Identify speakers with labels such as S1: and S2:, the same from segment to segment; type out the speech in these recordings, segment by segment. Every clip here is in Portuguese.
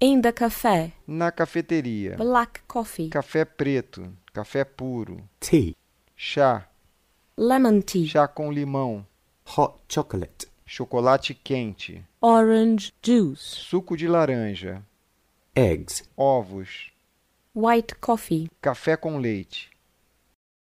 S1: In the cafe.
S2: na cafeteria,
S1: Black coffee.
S2: café preto, café puro,
S3: tea,
S2: chá,
S1: Lemon tea.
S2: chá com limão,
S3: hot chocolate,
S2: chocolate quente,
S1: Orange juice.
S2: suco de laranja,
S3: eggs,
S2: ovos,
S1: White coffee.
S2: café com leite,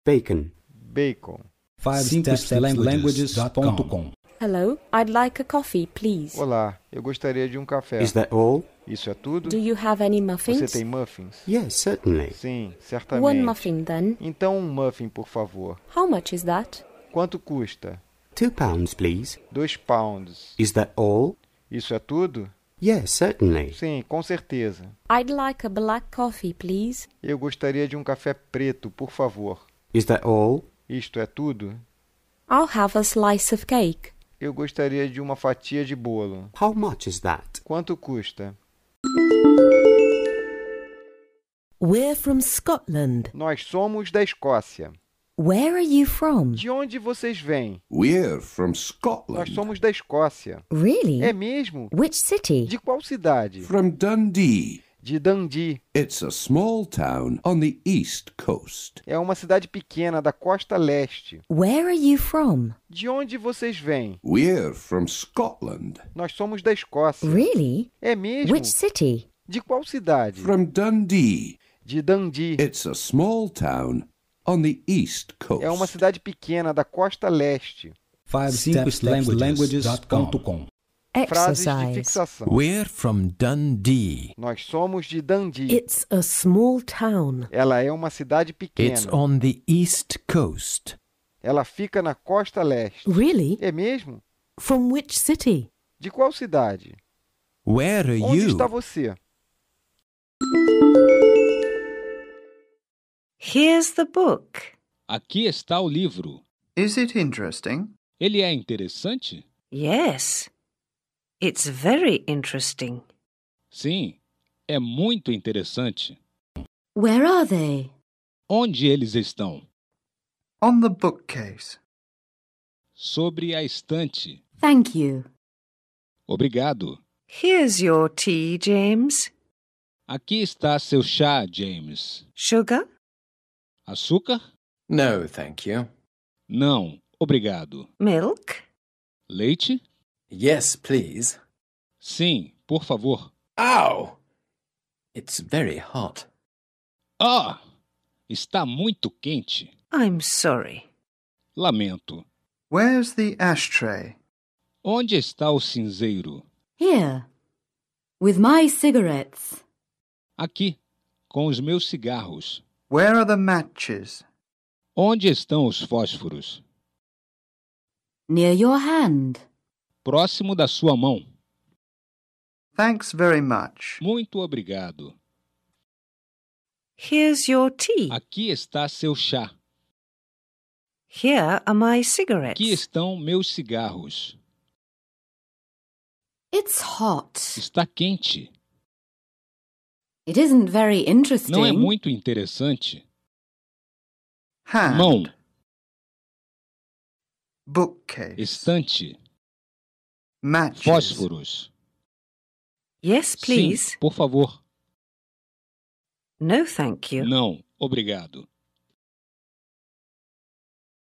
S3: bacon.
S2: bacon.
S4: 5stepslanguages.com
S1: Hello, I'd like a coffee, please.
S2: Olá, eu gostaria de um café.
S3: Is that all?
S2: Isso é tudo?
S1: Do you have any
S2: Você
S1: muffins?
S2: tem muffins?
S3: Yes, certainly.
S2: Sim,
S1: One
S2: certamente.
S1: muffin then.
S2: Então um muffin, por favor.
S1: How much is that?
S2: Quanto custa?
S3: Two pounds, please.
S2: Dois pounds.
S3: Is that all?
S2: Isso é tudo?
S3: Yes, certainly.
S2: Sim, com certeza.
S1: I'd like a black coffee, please.
S2: Eu gostaria de um café preto, por favor.
S3: Is that all?
S2: Isto é tudo?
S1: I'll have a slice of cake.
S2: Eu gostaria de uma fatia de bolo.
S3: How much is that?
S2: Quanto custa?
S5: We're from Scotland.
S2: Nós somos da Escócia.
S5: Where are you from?
S2: De onde vocês vêm?
S6: We're from
S2: Nós
S6: Scotland.
S2: somos da Escócia.
S5: Really?
S2: É mesmo?
S5: Which city?
S2: De qual cidade?
S6: From Dundee.
S2: De Dundee.
S6: It's a small town on the east coast.
S2: É uma cidade pequena da costa leste.
S5: Where are you from?
S2: De onde vocês vêm?
S6: We're from Scotland.
S2: Nós somos da Escócia.
S5: Really?
S2: É mesmo?
S5: Which city?
S2: De qual cidade?
S6: From Dundee.
S2: De Dundee.
S6: It's a small town on the east coast.
S2: É uma cidade pequena da costa leste.
S4: 5stepslanguages.com
S2: Frases de
S5: Exercise.
S2: fixação.
S7: We're from Dundee.
S2: Nós somos de Dundee.
S5: It's a small town.
S2: Ela é uma cidade
S7: It's
S2: pequena.
S7: on the east coast.
S2: Ela fica na costa leste.
S7: Uhum.
S5: Really?
S2: É mesmo?
S5: From which city?
S2: De qual cidade?
S7: Where are
S2: Onde
S7: you?
S2: está você?
S8: Here's the book.
S9: Aqui está o livro.
S10: Is it interesting?
S9: Ele é interessante?
S8: Yes. It's very interesting.
S9: Sim, é muito interessante.
S5: Where are they?
S9: Onde eles estão?
S10: On the bookcase.
S9: Sobre a estante.
S5: Thank you.
S9: Obrigado.
S8: Here's your tea, James.
S9: Aqui está seu chá, James.
S8: Sugar?
S9: Açúcar?
S10: No, thank you.
S9: Não, obrigado.
S8: Milk?
S9: Leite?
S10: Yes, please.
S9: Sim, por favor.
S10: Ow! It's very hot.
S9: Ah! Está muito quente.
S8: I'm sorry.
S9: Lamento.
S10: Where's the ashtray?
S9: Onde está o cinzeiro?
S5: Here. With my cigarettes.
S9: Aqui, com os meus cigarros.
S10: Where are the matches?
S9: Onde estão os fósforos?
S5: Near your hand.
S9: Próximo da sua mão.
S10: Thanks very much.
S9: Muito obrigado.
S8: Here's your tea.
S9: Aqui está seu chá.
S8: Here are my
S9: Aqui
S8: cigarettes.
S9: estão meus cigarros.
S5: It's hot.
S9: Está quente.
S5: It isn't very interesting.
S9: Não é muito interessante.
S10: Hand.
S9: Mão,
S10: Bookcase.
S9: estante,
S10: Matches.
S9: fósforos.
S8: Yes, please.
S9: Sim, por favor.
S8: No, thank you.
S9: Não, obrigado.